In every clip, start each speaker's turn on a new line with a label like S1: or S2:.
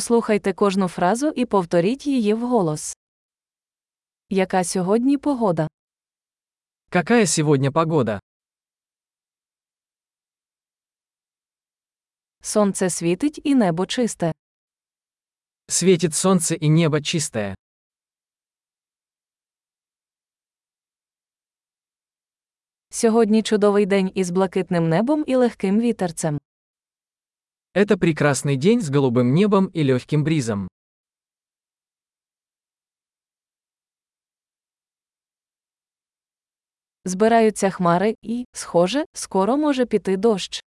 S1: Послухайте кожну фразу і повторіть її вголос. Яка сьогодні погода?
S2: Какая сегодня погода?
S1: Сонце світить і небо чисте.
S2: Светит солнце и небо чистое.
S1: Сьогодні чудовий день із блакитним небом і легким вітерцем.
S2: Это прекрасный день с голубым небом и легким бризом.
S1: Збираються хмари і, схоже, скоро може піти дощ.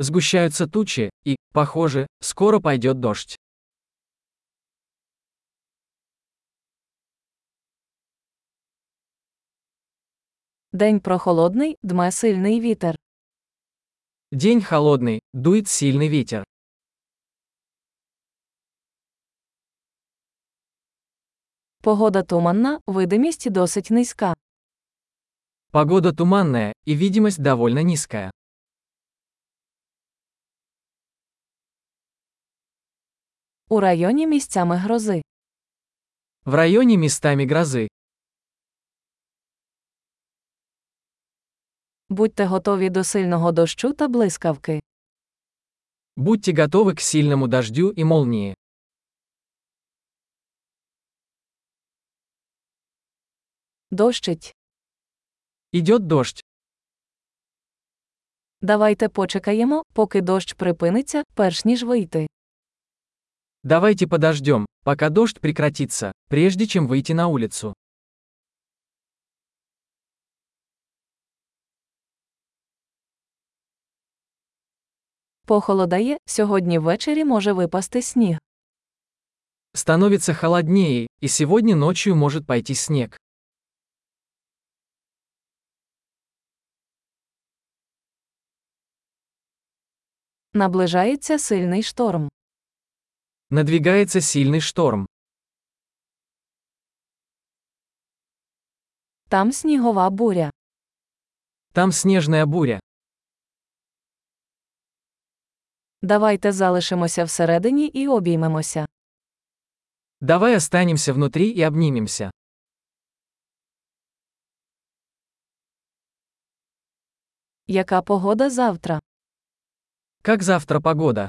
S2: Сгущаются тучи, и, похоже, скоро пойдет дождь.
S1: День прохолодний, дме сильний вітер.
S2: День холодный, дует сильный ветер.
S1: Погода туманна, видимість досить низька.
S2: Погода туманная, и видимость довольно низкая.
S1: У районі місцями грози.
S2: В районе местами грозы.
S1: Будьте готові до сильного дощу та блискавки.
S2: Будьте готовы к сильному дождю и молнии.
S1: Дощить.
S2: Идет дождь.
S1: Давайте почекаємо, поки дощ припиниться, перш ніж вийти.
S2: Давайте подождем, пока дождь прекратится, прежде чем выйти на улицу.
S1: Похолодає, сьогодні ввечері може випасти сніг.
S2: Становится холоднее, и сегодня ночью может пойти снег.
S1: Наближається сильний шторм.
S2: Надвигается сильный шторм.
S1: Там снігова буря.
S2: Там снежная буря.
S1: Давайте залишимося всередині і обіймемося.
S2: Давай останемся внутри и обнимемся.
S1: Яка погода завтра?
S2: Как завтра погода?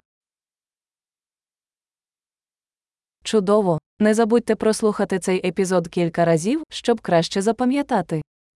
S1: Чудово! Не забудьте прослухати цей епізод кілька разів, щоб краще запам'ятати.